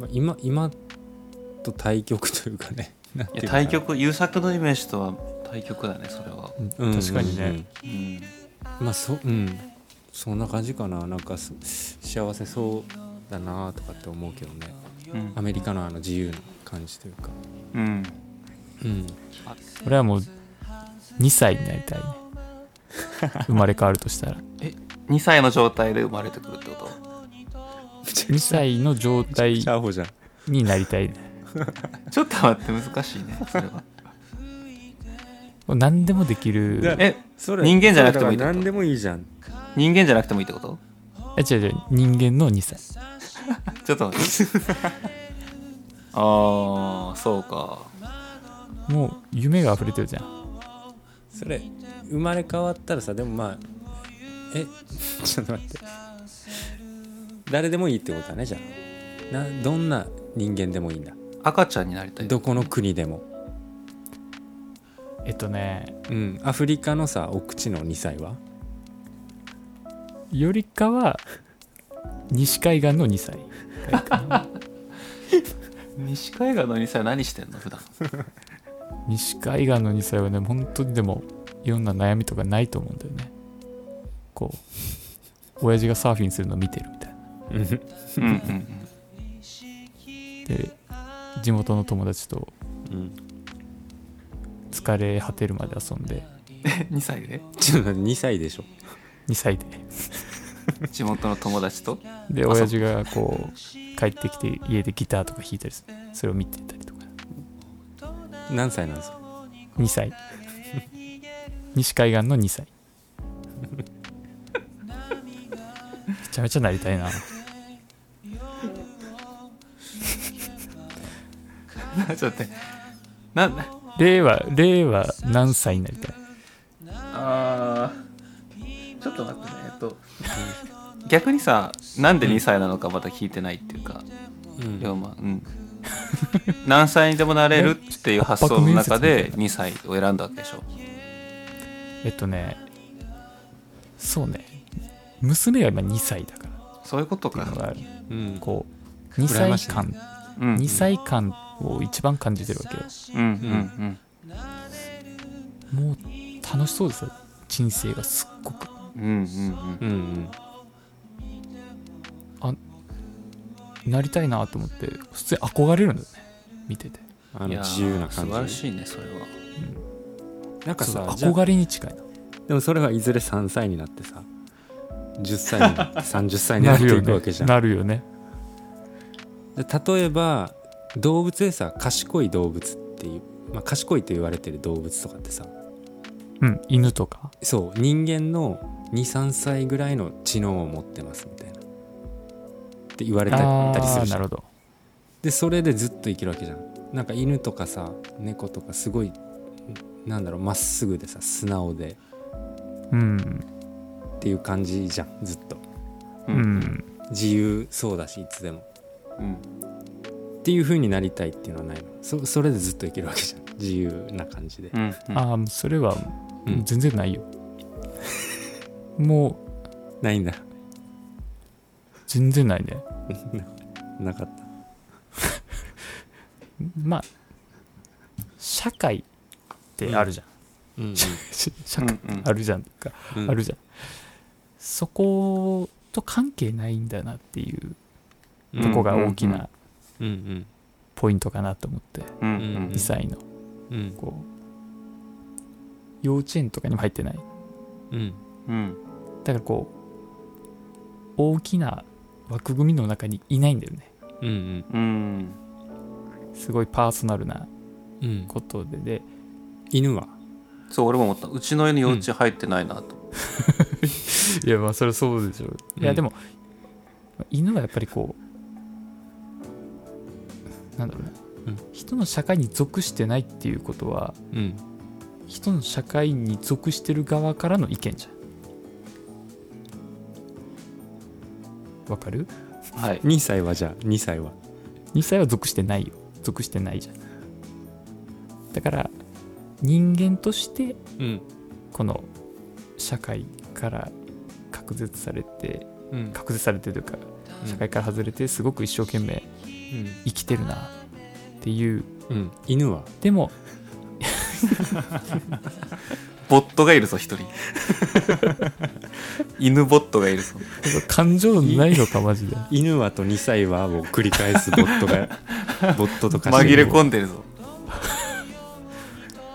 [SPEAKER 2] まあ、今今と対極というかね なんて
[SPEAKER 1] い
[SPEAKER 2] い
[SPEAKER 1] や
[SPEAKER 2] うかな
[SPEAKER 1] 対局優作のイメージとは対局だねそれは、
[SPEAKER 2] うん
[SPEAKER 3] 確かにね、
[SPEAKER 2] うん
[SPEAKER 1] うん、
[SPEAKER 2] まあそうんそんな感じかななんかす幸せそうだなとかって思うけどね
[SPEAKER 1] うん
[SPEAKER 2] アメリカのあの自由な感じというか
[SPEAKER 1] うん、
[SPEAKER 2] うん
[SPEAKER 3] 俺はもう2歳になりたいね生まれ変わるとしたら
[SPEAKER 1] 2歳の状態で生まれてくるってこと
[SPEAKER 3] 2歳の状態
[SPEAKER 2] アホじゃん
[SPEAKER 3] になりたいね
[SPEAKER 1] ちょっと待って難しいねそれは
[SPEAKER 3] 何でもでき
[SPEAKER 2] だ
[SPEAKER 3] る
[SPEAKER 1] え
[SPEAKER 2] そ
[SPEAKER 1] れ人間じゃなくてもいいってこと
[SPEAKER 2] 何でもいいじゃん
[SPEAKER 1] 人間じゃなくてもいいってこと
[SPEAKER 3] え違う違う人間の2歳
[SPEAKER 1] ちょっと待って ああそうか
[SPEAKER 3] もう夢が溢れてるじゃん
[SPEAKER 2] それ生まれ変わったらさでもまあえ ちょっと待って誰でもいいってことだねじゃあなどんな人間でもいいんだ
[SPEAKER 1] 赤ちゃんになりたい
[SPEAKER 2] どこの国でも
[SPEAKER 3] えっとね
[SPEAKER 2] うんアフリカのさお口の2歳は
[SPEAKER 3] よりかは西海岸の2歳
[SPEAKER 1] 西海岸の2歳何してんの普段
[SPEAKER 3] 西海岸の2歳はね本当にでもいろんな悩みとかないと思うんだよねこう親父がサーフィンするの見てるみたいな
[SPEAKER 1] うんうんうん
[SPEAKER 3] で地元の友達と
[SPEAKER 2] うん
[SPEAKER 3] 疲れ果てるまで遊んで
[SPEAKER 1] 2歳で
[SPEAKER 2] ちょっと待って2歳でしょ
[SPEAKER 3] 2歳で
[SPEAKER 1] 地元の友達 と
[SPEAKER 3] で
[SPEAKER 1] あそう
[SPEAKER 3] 親父がこう帰ってきて家でギターとか弾いたりするそれを見てたりとか
[SPEAKER 2] 何歳なんですか
[SPEAKER 3] 2歳 西海岸の2歳めちゃめちゃなりたいな
[SPEAKER 1] ちょっと待ってな
[SPEAKER 3] 令和令和何歳になりたい
[SPEAKER 1] あーちょっと待ってねえっと逆にさなんで2歳なのかまだ聞いてないっていうか、
[SPEAKER 2] うん
[SPEAKER 1] 龍馬うん 何歳にでもなれるっていう発想の中で2歳を選んだわけでしょ
[SPEAKER 3] えっとねそうね娘が今2歳だからっ
[SPEAKER 1] そういうこと
[SPEAKER 3] ていうの
[SPEAKER 1] か、
[SPEAKER 3] がある
[SPEAKER 2] うん
[SPEAKER 3] こう2
[SPEAKER 2] 羨まし
[SPEAKER 3] 歳
[SPEAKER 2] いね
[SPEAKER 3] 間
[SPEAKER 1] うん、
[SPEAKER 3] 2歳間を一番感じてるわけよ
[SPEAKER 1] うんうんうん
[SPEAKER 3] もう楽しそうですよ人生がすっごく
[SPEAKER 1] うんうん
[SPEAKER 2] うんうん
[SPEAKER 3] なりたいなと思って普通に憧れるんだよね見てて
[SPEAKER 2] ああ
[SPEAKER 1] い
[SPEAKER 2] の
[SPEAKER 1] やー
[SPEAKER 2] 自由な感
[SPEAKER 1] 素晴ら
[SPEAKER 2] じ
[SPEAKER 1] しいねそれは
[SPEAKER 2] なんか
[SPEAKER 3] そう
[SPEAKER 2] さじゃあ
[SPEAKER 3] 憧れに近いな
[SPEAKER 2] でもそれはいずれ3歳になってさ10歳になって 30歳にな
[SPEAKER 3] な
[SPEAKER 2] って
[SPEAKER 3] るよ
[SPEAKER 2] いくわ
[SPEAKER 3] ね
[SPEAKER 2] けじゃん
[SPEAKER 3] なるよね
[SPEAKER 2] で例えば動物でさ賢い動物っていう、まあ、賢いと言われてる動物とかってさ
[SPEAKER 3] うん犬とか
[SPEAKER 2] そう人間の23歳ぐらいの知能を持ってますみたいなって言われた
[SPEAKER 3] あ
[SPEAKER 2] りする
[SPEAKER 3] ー
[SPEAKER 2] じ
[SPEAKER 3] な
[SPEAKER 2] ゃん
[SPEAKER 3] るほど
[SPEAKER 2] でそれでずっと生きるわけじゃんなんか犬とかさ猫とかすごいなんだろうまっすぐでさ素直で
[SPEAKER 3] うん
[SPEAKER 2] っていう感じじゃんずっと
[SPEAKER 3] う
[SPEAKER 1] うん
[SPEAKER 3] ん
[SPEAKER 2] 自由そうだしいつでも
[SPEAKER 1] うん
[SPEAKER 2] っていう風になりたいっていうのはないのそそれでずっと生きるわけじゃん自由な感じで
[SPEAKER 1] うんうん
[SPEAKER 3] ああそれは
[SPEAKER 2] うん
[SPEAKER 3] 全然ないよもう
[SPEAKER 2] ないんだ
[SPEAKER 3] 全然ないね
[SPEAKER 2] なかった
[SPEAKER 3] まあ社会ってあるじゃん、
[SPEAKER 2] うん
[SPEAKER 3] し社
[SPEAKER 1] う
[SPEAKER 3] 会
[SPEAKER 1] ん
[SPEAKER 3] あるじゃんとか、
[SPEAKER 2] うん
[SPEAKER 3] あるじゃんそこと関係ないんだなっていう
[SPEAKER 2] うん
[SPEAKER 3] とこが大きな
[SPEAKER 2] うん
[SPEAKER 3] ポイントかなと思って
[SPEAKER 1] うんうん
[SPEAKER 2] うん
[SPEAKER 3] 2歳の
[SPEAKER 2] うんうん
[SPEAKER 3] こう幼稚園とかにも入ってない
[SPEAKER 2] うん
[SPEAKER 1] うん
[SPEAKER 3] だからこう大きな枠組みの中にいないんだよね
[SPEAKER 2] うんうん
[SPEAKER 1] うん
[SPEAKER 3] すごいパーソナルな
[SPEAKER 2] うん
[SPEAKER 3] ことでで
[SPEAKER 2] 犬は
[SPEAKER 1] そう俺も思ったうちの家の幼稚園入ってないなと
[SPEAKER 3] いやまあそれそうでしょ
[SPEAKER 2] うん
[SPEAKER 3] いやでも、犬はやっぱりこうなんだろうな、
[SPEAKER 2] うん
[SPEAKER 3] 人の社会に属してないっていうことは
[SPEAKER 2] うん
[SPEAKER 3] 人の社会に属してる側からの意見じゃんわかる
[SPEAKER 1] はい
[SPEAKER 2] 2歳はじゃあ2歳は
[SPEAKER 3] 2歳は属してないよ属してないじゃんだから人間として
[SPEAKER 2] うん
[SPEAKER 3] この社会から隔絶されて
[SPEAKER 2] うん
[SPEAKER 3] 隔絶されてというか社会から外れてすごく一生懸命生きてるなっていう
[SPEAKER 2] うんうん犬は
[SPEAKER 3] でも
[SPEAKER 1] ボットがいるぞ一 人犬ボットがいるぞ
[SPEAKER 3] 感情ないのかマジで
[SPEAKER 2] 犬はと2歳はを繰り返すボットが ボットとかして
[SPEAKER 1] 紛
[SPEAKER 2] る
[SPEAKER 1] れ込んでるぞ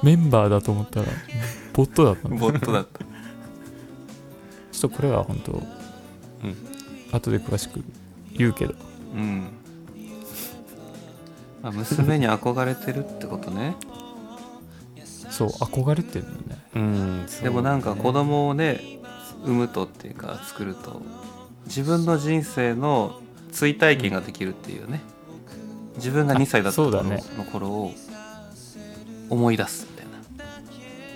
[SPEAKER 3] メンバーだと思ったらボットだったのちょ
[SPEAKER 1] ボットだった
[SPEAKER 3] っとこれは本当、後で詳しく言うけど
[SPEAKER 1] うんあ娘に憧れてるってことね
[SPEAKER 3] そう憧れてるのね
[SPEAKER 2] うんそう
[SPEAKER 1] でもなんか子供をね産むとっていうか作ると自分の人生の追体験ができるっていうね自分が2歳だった
[SPEAKER 3] あそ
[SPEAKER 1] 頃
[SPEAKER 3] うだね
[SPEAKER 1] の頃を思い出すみたいな、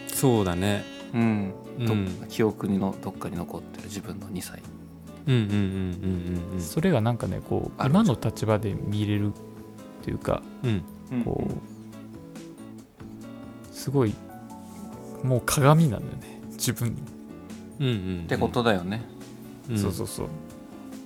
[SPEAKER 2] そうだね
[SPEAKER 1] うん
[SPEAKER 2] うん
[SPEAKER 1] ど
[SPEAKER 2] うん
[SPEAKER 1] 記憶にのどっかに残ってる自分の2歳
[SPEAKER 2] うんうんうんうん
[SPEAKER 3] それがなんかねこう
[SPEAKER 1] あるじゃ
[SPEAKER 3] 今
[SPEAKER 1] ん
[SPEAKER 3] の立場で見れるっていうか
[SPEAKER 2] うんうん
[SPEAKER 3] こうすごいもう鏡なんだよね自分の
[SPEAKER 2] うんうん
[SPEAKER 1] ってことだよね、
[SPEAKER 2] うん
[SPEAKER 3] そうそうそうっ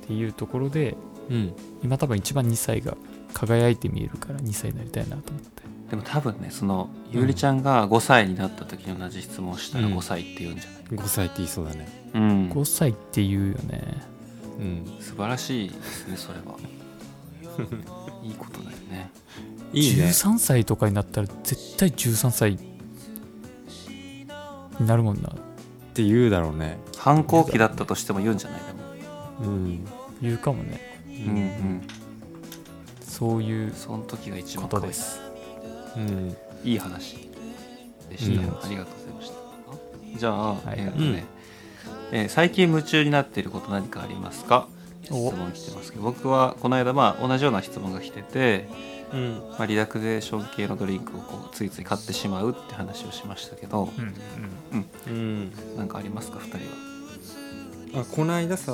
[SPEAKER 3] ていうところで
[SPEAKER 2] うん
[SPEAKER 3] 今多分一番2歳が輝いて見えるから2歳になりたいなと思って
[SPEAKER 1] でも多分ねそのゆうりちゃんが5歳になった時に同じ質問したら
[SPEAKER 2] うん
[SPEAKER 1] 5歳って言うんじゃない、
[SPEAKER 2] 5歳って言いそうだね
[SPEAKER 1] うん
[SPEAKER 3] 5歳っていうよね
[SPEAKER 2] うん
[SPEAKER 1] 素晴らしいですねそれ はいいことだよね
[SPEAKER 2] いいね
[SPEAKER 3] 13歳とかになったら絶対13歳になるもんな
[SPEAKER 2] って言うだろうね
[SPEAKER 1] 反抗期だったとしても言うんじゃないでも
[SPEAKER 2] うん
[SPEAKER 3] 言うかもね
[SPEAKER 1] うんうん
[SPEAKER 3] そういう
[SPEAKER 1] その時が一番
[SPEAKER 3] こと
[SPEAKER 1] 可愛
[SPEAKER 3] で
[SPEAKER 1] い
[SPEAKER 3] す
[SPEAKER 2] うん
[SPEAKER 1] いい話でした、
[SPEAKER 3] いい話
[SPEAKER 1] ありがとうございましたじゃあ、
[SPEAKER 3] い
[SPEAKER 1] えーとねえー最近夢中になっていること何かありますか質
[SPEAKER 3] お
[SPEAKER 1] 問来てますけど僕はこの間まあ同じような質問が来てて、
[SPEAKER 2] うん
[SPEAKER 1] まあ、リラクゼーション系のドリンクをこうついつい買ってしまうって話をしましたけど
[SPEAKER 3] うんうん
[SPEAKER 2] うん
[SPEAKER 1] 何かありますか2人は
[SPEAKER 2] あこの間さ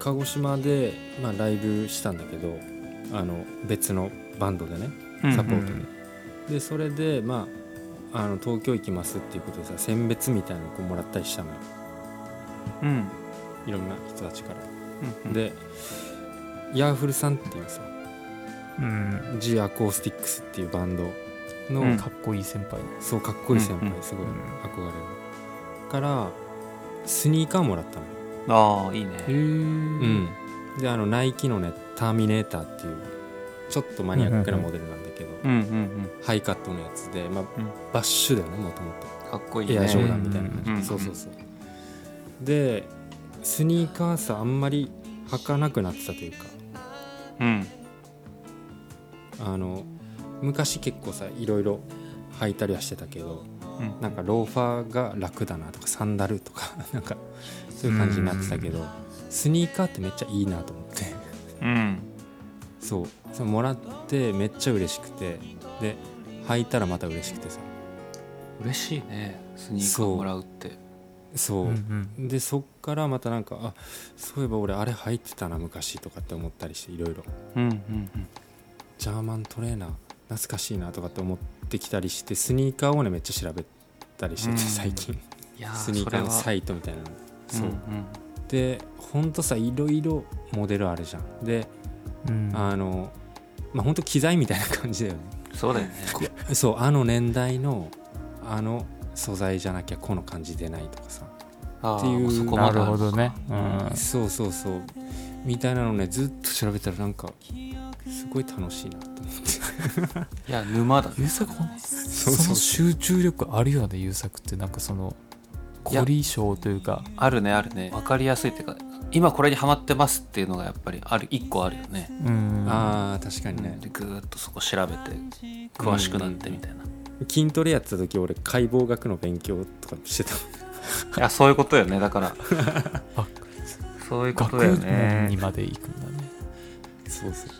[SPEAKER 2] 鹿児島で、まあ、ライブしたんだけどあの別のバンドでねサポートで、でそれでまああの東京行きますっていうことでさ選別みたいなのをこうもらったりしたのよ
[SPEAKER 1] うん
[SPEAKER 2] いろんな人たちから
[SPEAKER 1] うん
[SPEAKER 2] でヤーフルさんっていうさ
[SPEAKER 3] うん、
[SPEAKER 2] G アコースティックスっていうバンドの、
[SPEAKER 1] うん
[SPEAKER 3] かっこいい先輩
[SPEAKER 2] そうかっこいい先輩、
[SPEAKER 1] うんうん
[SPEAKER 2] すごい
[SPEAKER 3] うん
[SPEAKER 2] 憧れるからスニーカーもらったのよ
[SPEAKER 1] ああいいね
[SPEAKER 3] へえ、
[SPEAKER 2] うん、であのナイキのね「ターミネーター」っていうちょっとマニアックなモデルなんだけど、
[SPEAKER 1] うんうん
[SPEAKER 2] ハイカットのやつで、まあ
[SPEAKER 1] うん
[SPEAKER 2] バッシュだよねもともと
[SPEAKER 1] うんかっこいいね
[SPEAKER 2] エアジョーダンみたいな感じ、
[SPEAKER 1] うん
[SPEAKER 2] そうそうそうでスニーカーさあんまり履かなくなってたというか
[SPEAKER 1] うん
[SPEAKER 2] あの昔結構さいろいろ履いたりはしてたけど
[SPEAKER 1] うん
[SPEAKER 2] なんかローファーが楽だなとかサンダルとかなんかそういう感じになってたけどスニーカーってめっちゃいいなと思って
[SPEAKER 1] うん
[SPEAKER 2] そうそれもらってめっちゃ嬉しくてで履いたらまた嬉しくてさ
[SPEAKER 1] 嬉しいねスニーカーもらうって
[SPEAKER 2] そう、
[SPEAKER 3] うん
[SPEAKER 2] でそっからまたなんかあそういえば俺あれ履いてたな昔とかって思ったりしていろいろ
[SPEAKER 1] うんうん
[SPEAKER 2] ジャーマントレーナー懐かしいなとかって思ってきたりしてスニーカーをねめっちゃ調べたりして
[SPEAKER 1] うん
[SPEAKER 2] て最近
[SPEAKER 1] うんいや
[SPEAKER 2] スニーカーのサ
[SPEAKER 1] イ
[SPEAKER 2] イトみたいなの
[SPEAKER 1] ズ
[SPEAKER 2] そう、でほんとさいろいろモデルあるじゃんで、
[SPEAKER 3] うんうん
[SPEAKER 2] あのまあほんと機材みたいな感じだよね
[SPEAKER 1] そうだよね
[SPEAKER 2] こそうあの年代のあの素材じゃなきゃこの感じ出ないとかさ
[SPEAKER 1] あー
[SPEAKER 2] っていう
[SPEAKER 1] もそこま
[SPEAKER 3] な
[SPEAKER 1] で
[SPEAKER 3] るほどね。う
[SPEAKER 2] そうそうそうみたいなのねずっと調べたらなんかすごい楽しいなと思って
[SPEAKER 1] いや沼だ
[SPEAKER 3] 優作ほん
[SPEAKER 2] そ
[SPEAKER 3] その集中力あるよね優作ってなんかその
[SPEAKER 1] いや
[SPEAKER 3] 凝り性というか
[SPEAKER 1] あるねあるね分かりやすいっていうか今これにハマってますっていうのがやっぱりある一個あるよね
[SPEAKER 3] うん
[SPEAKER 2] あー確かにね
[SPEAKER 1] でぐーっとそこ調べて詳しくなってみたいな、
[SPEAKER 2] 筋トレやってた時俺解剖学の勉強とかしてた
[SPEAKER 1] いやそういうことよねだから
[SPEAKER 3] あ
[SPEAKER 1] そういうこと
[SPEAKER 3] 学
[SPEAKER 1] だよ
[SPEAKER 3] 問に
[SPEAKER 1] ね
[SPEAKER 3] まで行くんだね
[SPEAKER 2] そうそう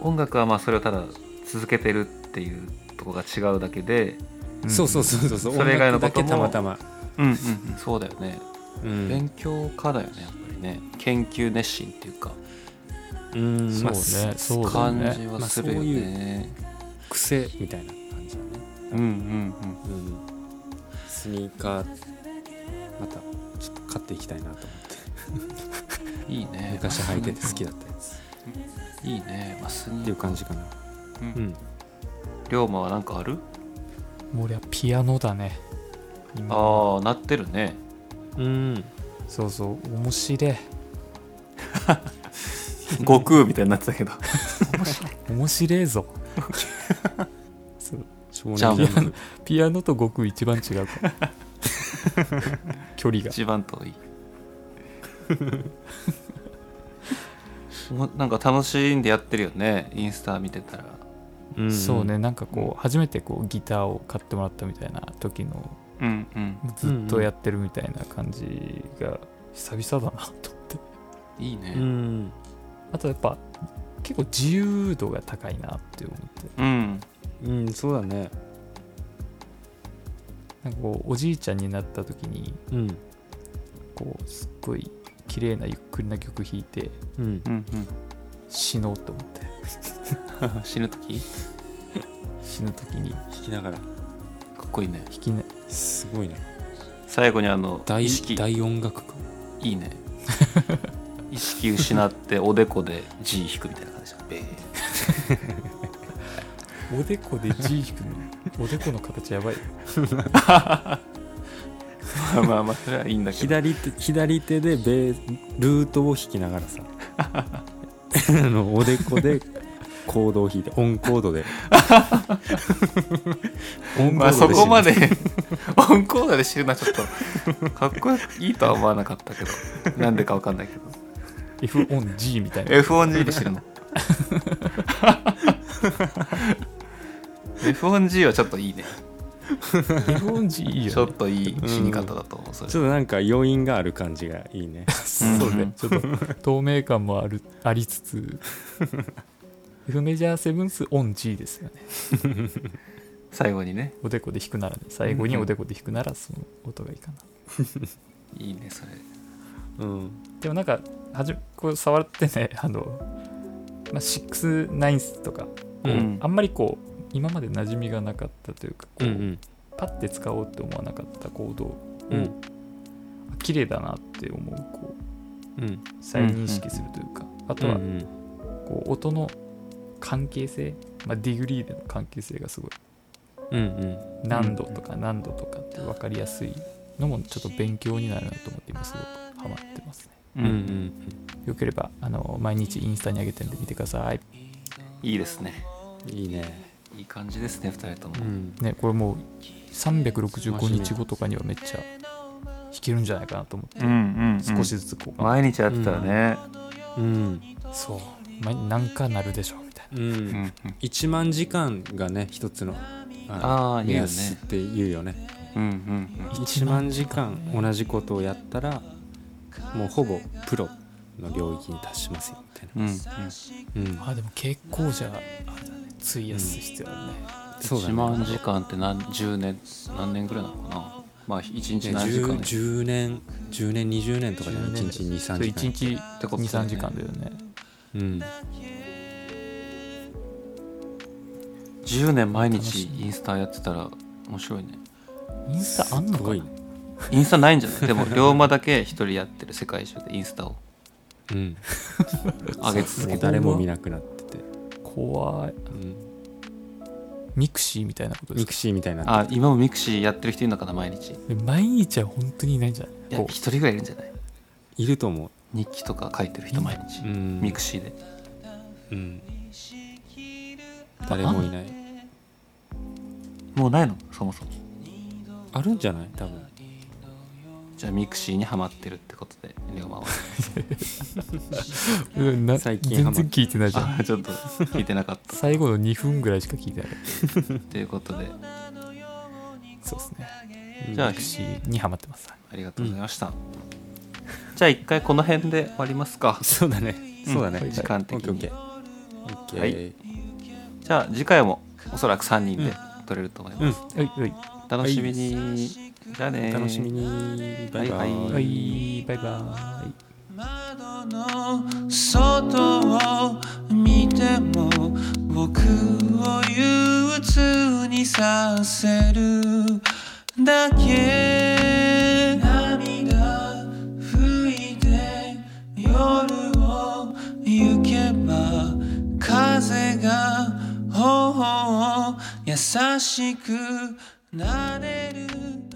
[SPEAKER 1] 音楽はまあそれをただ続けてるっていうとこが違うだけで
[SPEAKER 3] ん
[SPEAKER 2] そうそうそうそう
[SPEAKER 1] それ以外の
[SPEAKER 2] 音楽
[SPEAKER 1] こ
[SPEAKER 2] だけ
[SPEAKER 1] と
[SPEAKER 2] た
[SPEAKER 1] も
[SPEAKER 2] またま、
[SPEAKER 1] うんうん、そうだよね、
[SPEAKER 2] うん
[SPEAKER 1] 勉強家だよねやっぱりね研究熱心っていうか
[SPEAKER 2] うん
[SPEAKER 3] そう
[SPEAKER 2] まあ
[SPEAKER 3] ね
[SPEAKER 2] す
[SPEAKER 3] そうだよ
[SPEAKER 1] 感
[SPEAKER 3] ね
[SPEAKER 1] じはするよね、
[SPEAKER 2] 癖みたいな感じだね、
[SPEAKER 1] うんうん
[SPEAKER 2] うん、スニーカーまたちょっと買っていきたいなと思って
[SPEAKER 1] うんいいね
[SPEAKER 2] 昔履いてて好きだったやつ
[SPEAKER 1] いいねまあスニ
[SPEAKER 2] ってい
[SPEAKER 1] ー
[SPEAKER 2] う感じかな
[SPEAKER 1] うん
[SPEAKER 2] うん
[SPEAKER 1] 龍馬は何かある
[SPEAKER 3] もう俺はピアノだね今
[SPEAKER 1] ああなってるね
[SPEAKER 2] うん
[SPEAKER 3] そうそう面白い
[SPEAKER 1] 悟空みたいになってたけど
[SPEAKER 3] 面白いぞそう
[SPEAKER 2] 少
[SPEAKER 1] じゃあ
[SPEAKER 2] 年ジャンプ
[SPEAKER 3] ピアノと悟空一番違うから 距離が
[SPEAKER 1] 一番遠い もなんか楽しんでやってるよねインスタ見てたら
[SPEAKER 2] ん
[SPEAKER 3] そうねなんかこう初めてこうギターを買ってもらったみたいな時の
[SPEAKER 1] うんうん
[SPEAKER 3] ずっとやってるみたいな感じが久々だなと思って
[SPEAKER 1] いいね
[SPEAKER 2] う、ん
[SPEAKER 3] あとやっぱ結構自由度が高いなって思って
[SPEAKER 1] うん、
[SPEAKER 2] うんそうだね
[SPEAKER 3] なんかこうおじいちゃんになった時に
[SPEAKER 2] うん
[SPEAKER 3] こうすっごい綺麗なゆっくりな曲弾いて
[SPEAKER 2] うん
[SPEAKER 1] うんうん
[SPEAKER 3] 死のうと思って
[SPEAKER 1] 死ぬ時
[SPEAKER 3] 死ぬ時に
[SPEAKER 2] 弾きながら
[SPEAKER 1] かっこいいね
[SPEAKER 3] 弾きな
[SPEAKER 2] すごいね
[SPEAKER 1] 最後にあの
[SPEAKER 2] 大
[SPEAKER 1] 意識
[SPEAKER 2] 大音楽家
[SPEAKER 1] いいね意識失っておでこで G 引くみたいな感じだベー
[SPEAKER 3] おでこで G 弾くのおでこの形やばい
[SPEAKER 1] まあ まあまあそれはいいんだけど
[SPEAKER 2] 左手左手でベールートを弾きながらさ あのおでこでコードを弾いてオンコードで オンコードで
[SPEAKER 1] まあそこまでオンコーダで知るのはちょっとかっこいいとは思わなかったけどなんでかわかんないけど
[SPEAKER 3] F オン G みたいな
[SPEAKER 1] F1G で知るの F1G はちょっといいね
[SPEAKER 3] F オン G いい
[SPEAKER 1] ちょ
[SPEAKER 3] よ
[SPEAKER 1] っ
[SPEAKER 3] ね
[SPEAKER 1] といい死に方だと思うそれ
[SPEAKER 2] ちょっとなんか余韻がある感じがいいね
[SPEAKER 3] そうねちょっと透明感もある ありつつ F メジャーセブンスオン G ですよね
[SPEAKER 1] 最後にね
[SPEAKER 3] おでこで弾くならね最後におでこで弾くならその音がいいかな、
[SPEAKER 1] いいねそれ
[SPEAKER 2] うん
[SPEAKER 3] でもなんかはじめこう触ってね あの、まあ、6 9とかこう、
[SPEAKER 2] うん
[SPEAKER 3] あんまりこう今まで馴染みがなかったというかこう、
[SPEAKER 2] うん
[SPEAKER 3] パッて使おうって思わなかったコード
[SPEAKER 2] う
[SPEAKER 3] を
[SPEAKER 2] ん
[SPEAKER 3] あ綺麗だなって思うこう
[SPEAKER 2] うん
[SPEAKER 3] 再認識するというか、あとはこう音の関係性、まあ、ディグリーでの関係性がすごい
[SPEAKER 2] うんうん
[SPEAKER 3] 何度とか何度とかって分かりやすいのもちょっと勉強になるなと思って今すごくハマってますね
[SPEAKER 2] うんうん
[SPEAKER 3] よければあの毎日インスタに上げてるんで見てください。
[SPEAKER 1] いいですね
[SPEAKER 2] いいね
[SPEAKER 1] いい感じですね2人とも、
[SPEAKER 2] うん
[SPEAKER 3] ねこれもう365日後とかにはめっちゃ弾けるんじゃないかなと思って、
[SPEAKER 1] うんうんうん
[SPEAKER 3] 少しずつこう、
[SPEAKER 1] 毎日やってたらね、
[SPEAKER 2] うん、
[SPEAKER 3] そうまなんかなるでしょみたいな
[SPEAKER 2] うん
[SPEAKER 1] うんうん
[SPEAKER 2] 1万時間がね一つの
[SPEAKER 1] あー
[SPEAKER 2] 目
[SPEAKER 1] 言うよね
[SPEAKER 2] 安って言うよね
[SPEAKER 1] うんうん
[SPEAKER 2] 1万時間同じことをやったらもうほぼプロの領域に達しますよみたいな
[SPEAKER 1] うんうんうん
[SPEAKER 2] うん
[SPEAKER 3] まあでも結構じゃああれだね費やす必要あるね、
[SPEAKER 2] そうだ
[SPEAKER 1] 1
[SPEAKER 2] ね
[SPEAKER 1] 万時間って何10年何年ぐらいなのかなまあ1日
[SPEAKER 2] ね
[SPEAKER 1] 何時間、ね、
[SPEAKER 2] 10, 10年10年20年とかじゃない1日23時
[SPEAKER 3] そう
[SPEAKER 2] 間
[SPEAKER 3] 一日
[SPEAKER 1] てことだよね
[SPEAKER 3] 23時間だよね
[SPEAKER 2] うん
[SPEAKER 1] 10年毎
[SPEAKER 3] 楽
[SPEAKER 1] 日
[SPEAKER 3] しみ
[SPEAKER 1] インスタやってたら面白いね
[SPEAKER 3] インスタあんの
[SPEAKER 2] す
[SPEAKER 3] か
[SPEAKER 2] ご
[SPEAKER 3] ない
[SPEAKER 1] インスタないんじゃないでも龍馬だけ一人やってる世界中でインスタを
[SPEAKER 2] うん
[SPEAKER 1] 上げ続
[SPEAKER 2] も
[SPEAKER 1] け
[SPEAKER 2] う
[SPEAKER 1] た
[SPEAKER 2] 誰も見なくなってて、
[SPEAKER 3] 怖い
[SPEAKER 2] うん、
[SPEAKER 3] ミクシーみたいなことで
[SPEAKER 2] ミ
[SPEAKER 3] す
[SPEAKER 2] ク
[SPEAKER 3] か
[SPEAKER 2] シーみたいにな
[SPEAKER 1] あ
[SPEAKER 2] っ
[SPEAKER 1] 今もミクシーやってる人いるのかな毎日い
[SPEAKER 3] で毎日は本当にいないんじゃない
[SPEAKER 1] や
[SPEAKER 3] こう
[SPEAKER 1] 一人ぐらいいるんじゃない
[SPEAKER 2] ていると思
[SPEAKER 1] 日記とか書いてる人毎日
[SPEAKER 2] う、うん、
[SPEAKER 1] ミクシーで
[SPEAKER 2] うん、誰もいない
[SPEAKER 1] もうないのそもそも
[SPEAKER 2] あるんじゃない多分
[SPEAKER 1] じゃあミクシーにはまってるってことで龍馬は
[SPEAKER 3] うんな
[SPEAKER 2] 最
[SPEAKER 3] 全
[SPEAKER 2] 近ハマ
[SPEAKER 3] 然
[SPEAKER 2] った
[SPEAKER 3] 聞いてないじゃん
[SPEAKER 1] あちょっと聞いてなかった
[SPEAKER 3] 最後の2分ぐらいしか聞いてない
[SPEAKER 1] ということで
[SPEAKER 3] そうですね
[SPEAKER 1] じゃあ
[SPEAKER 3] ミクシーにハマってます
[SPEAKER 1] ありがとうございました、じゃあ一回この辺で終わりますか
[SPEAKER 2] そうだねそうだね、
[SPEAKER 1] うん時間的に
[SPEAKER 2] オッケーオッケーオッケー
[SPEAKER 1] はいじゃあ次回もおそらく3人で撮れると思います、
[SPEAKER 3] はいはい
[SPEAKER 1] 楽しみに、じゃあね
[SPEAKER 2] 楽しみにバイバイ、
[SPEAKER 1] はいは
[SPEAKER 3] はいバイバイ
[SPEAKER 4] 窓の外を見ても僕を憂鬱にさせるだけ涙拭いて夜を行けば風が頬を優しく撫でる